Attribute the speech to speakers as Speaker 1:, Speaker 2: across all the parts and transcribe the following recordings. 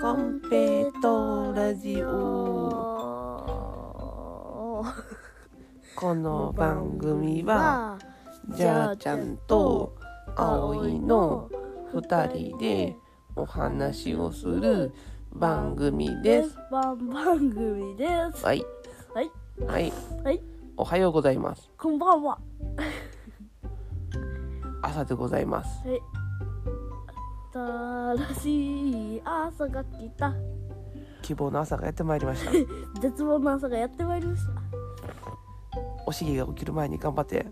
Speaker 1: コンペイトーラジオこの番組はじゃあちゃんと葵の2人でお話をする番組です
Speaker 2: 番番組です
Speaker 1: はい
Speaker 2: はい
Speaker 1: はい
Speaker 2: はい
Speaker 1: おはようございます
Speaker 2: こんばんは
Speaker 1: 朝でございます
Speaker 2: はい新しい朝が来た
Speaker 1: 希望の朝がやってまいりました
Speaker 2: 絶望の朝がやってまいりました
Speaker 1: おしげが起きる前に頑張って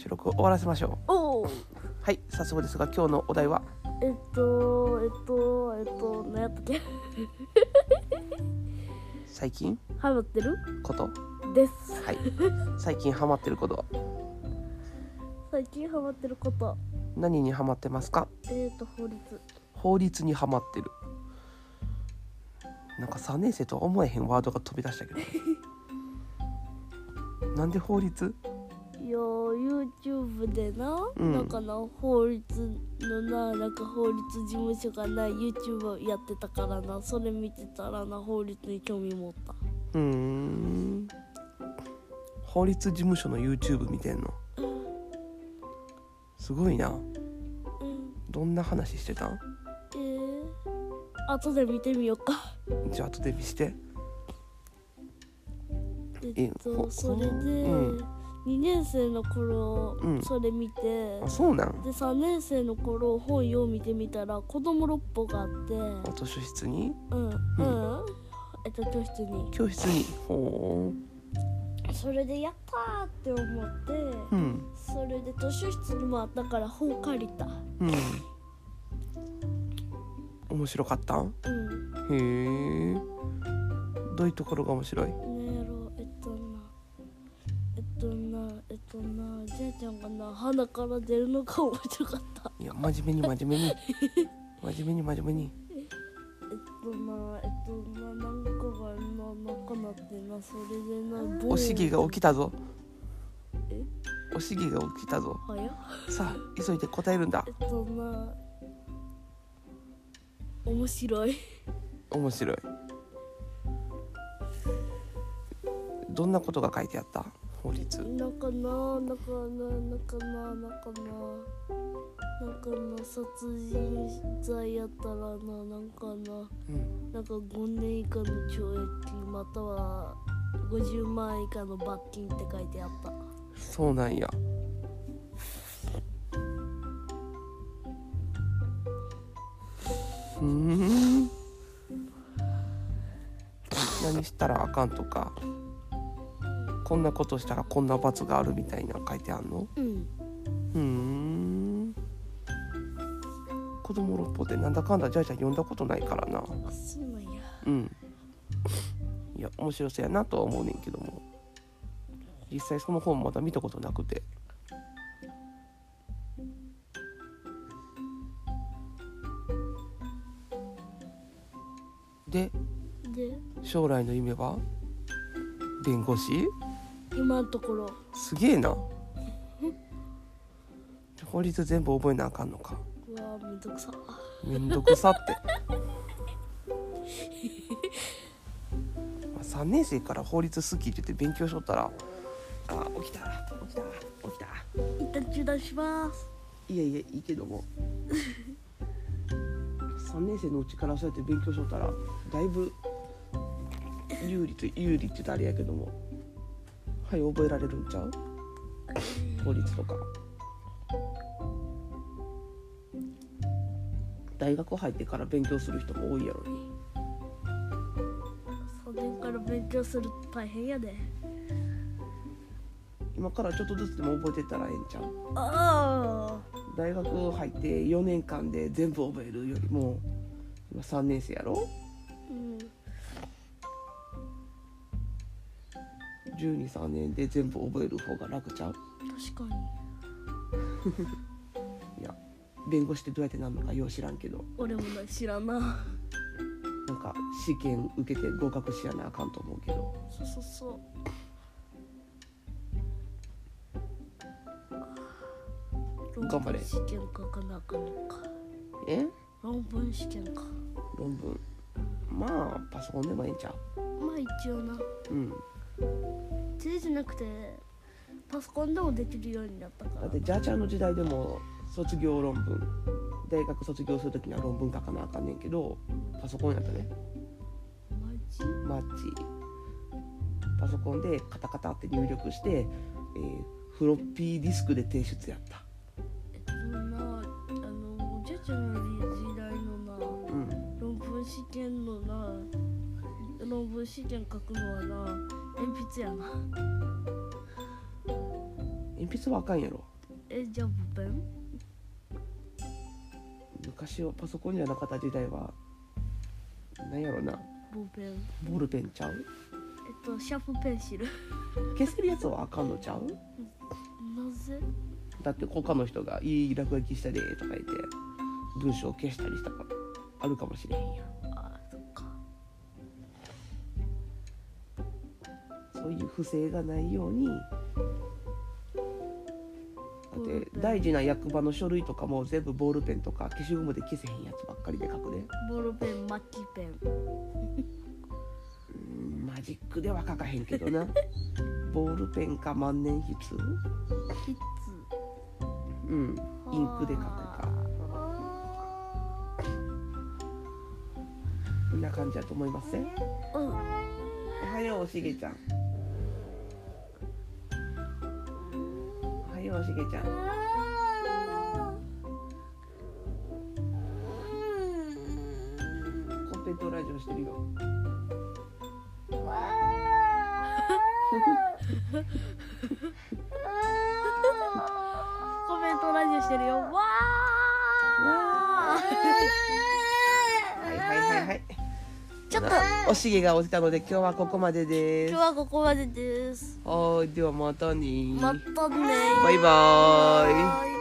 Speaker 1: 収録を終わらせましょ
Speaker 2: おお
Speaker 1: うはい早速ですが今日のお題は
Speaker 2: えっとえっとえっと何やったっけ
Speaker 1: 最近
Speaker 2: ハマってる
Speaker 1: こと
Speaker 2: です
Speaker 1: はい最近ハマってること
Speaker 2: 最近ハマってること
Speaker 1: 何にハマってますか
Speaker 2: えっと法律
Speaker 1: 法律にハマってるなんか3年生とは思えへんワードが飛び出したけど なんで法律
Speaker 2: いやー YouTube でな、
Speaker 1: うん
Speaker 2: なんかな法律のななんか法律事務所がな YouTube やってたからなそれ見てたらな法律に興味持った
Speaker 1: うーん法律事務所の YouTube 見てんのすごいな
Speaker 2: うん
Speaker 1: どんな話してたん
Speaker 2: えー、後で見てみようか
Speaker 1: じゃあ後で見して
Speaker 2: えっ
Speaker 1: ほ
Speaker 2: とそれで、
Speaker 1: うん
Speaker 2: 2年生の頃、
Speaker 1: うん
Speaker 2: それ見て
Speaker 1: あそうなん
Speaker 2: で3年生の頃本読みてみたら子供六歩があって
Speaker 1: お図書室に
Speaker 2: うん
Speaker 1: う
Speaker 2: うんん、えっと教室に
Speaker 1: 教室にほ
Speaker 2: それでやったーって思って、
Speaker 1: ううん
Speaker 2: それで図書室にもあったから本借りた
Speaker 1: うん面白かったん
Speaker 2: うん
Speaker 1: へえどういうところが面白い
Speaker 2: なんやろうえっとなえっとなえっとなじいちゃんがな鼻から出るのが面白かった
Speaker 1: いや真面目に真面目に真面目に真面目に
Speaker 2: えっとなえっとななんかがななんかなってなそれでな
Speaker 1: おしぎが起き
Speaker 2: き
Speaker 1: たぞ
Speaker 2: え
Speaker 1: おしぎが起きたぞ
Speaker 2: はや
Speaker 1: さあ急いで答えるんだ
Speaker 2: えっとな面白い
Speaker 1: 面白いどんなことが書いてあった法律
Speaker 2: なんかななんかななんかななんかななんかな殺人罪やったらななんかな
Speaker 1: うん
Speaker 2: なんか5年以下の懲役または50万円以下の罰金って書いてあった
Speaker 1: そうなんやうーん何したらあかんとかこんなことしたらこんな罰があるみたいなの書いてあんの
Speaker 2: うん
Speaker 1: うーん子供六法ってなんだかんだじゃあじゃあ読んだことないからな
Speaker 2: あそうなんや
Speaker 1: うんいや面白そうやなとは思うねんけども実際その本まだ見たことなくてで
Speaker 2: で
Speaker 1: 将来の夢は弁護士
Speaker 2: 今のところ
Speaker 1: すげえな法律全部覚えなあかんのか
Speaker 2: うわめんどくさ
Speaker 1: めんどくさって まあ3年生から法律好きって言って勉強しとったらあ起きた起きた起きた
Speaker 2: 一旦中断します
Speaker 1: いやいやいいけども3年生のうちからそうやって勉強しとったらだいぶ有利と有利って言ったらあれやけどもはい覚えられるんちゃう法律とか大学入ってから勉強する人も多いやろに
Speaker 2: 3年から勉強すると大変やで
Speaker 1: 今からちょっとずつでも覚えてったらええんちゃう
Speaker 2: あ
Speaker 1: 大学入って4年間で全部覚えるよりも今3年生やろ
Speaker 2: あうん
Speaker 1: 123年で全部覚える方が楽ちゃう
Speaker 2: 確かに
Speaker 1: いや弁護士ってどうやってなんのかよう知らんけど
Speaker 2: 俺もな知らんな
Speaker 1: なんか試験受けて合格しやなあかんと思うけど
Speaker 2: そうそうそうあー
Speaker 1: 頑張れ
Speaker 2: 論文試験書かなあかんのか
Speaker 1: え
Speaker 2: 論文試験か
Speaker 1: 論文まあパソコンでもいいんちゃ
Speaker 2: まあ一応な
Speaker 1: ううん
Speaker 2: 手じゃなくてパソコンでもできるようになったか
Speaker 1: だ
Speaker 2: ら
Speaker 1: ってジャーちゃんの時代でも卒業論文大学卒業する時には論文書かなあかんねんけどパソコンやったね
Speaker 2: マジ
Speaker 1: マッチパソコンでカタカタって入力して、えーフロッピーディスクで提出やった
Speaker 2: そんなあのおじいちゃんの時代のな
Speaker 1: うん
Speaker 2: 論文試験のな論文試験書くのはな鉛筆やな
Speaker 1: 鉛筆はあかんやろ
Speaker 2: えじゃあボペン
Speaker 1: 昔はパソコンじゃなかった時代はなんやろな
Speaker 2: ボペンえ
Speaker 1: ボールペンちゃう
Speaker 2: っとシャープペンシル
Speaker 1: 消せるやつはあかんのちゃう
Speaker 2: なぜ
Speaker 1: だって他の人が「いい落書きしたで」とか言って文章を消したりしたからあるかもしれへんやん
Speaker 2: あそっか
Speaker 1: そういう不正がないようにだ
Speaker 2: ボ
Speaker 1: っ
Speaker 2: ール
Speaker 1: て
Speaker 2: ペン
Speaker 1: 大事な役場の書類とかも全部ボールペンとか消しゴムで消せへんやつばっかりで書くで
Speaker 2: ボールペンマッキーペン
Speaker 1: うんマジックでは書かへんけどなボールペンか万年筆
Speaker 2: キッズ
Speaker 1: うんインクで書くか
Speaker 2: あ
Speaker 1: こんな感じだと思いません
Speaker 2: ーうん
Speaker 1: おはようしげちゃんおはようしげちゃんコンペイトーラジオしてるよ
Speaker 2: コメントラジオしてるよわ
Speaker 1: わーはいはいはいはい
Speaker 2: ーちょっと
Speaker 1: おしげが落ちたので今日はここまでで
Speaker 2: 今
Speaker 1: す
Speaker 2: 日はここまでです
Speaker 1: はーいではまたね
Speaker 2: またね
Speaker 1: バイバーイ
Speaker 2: バイ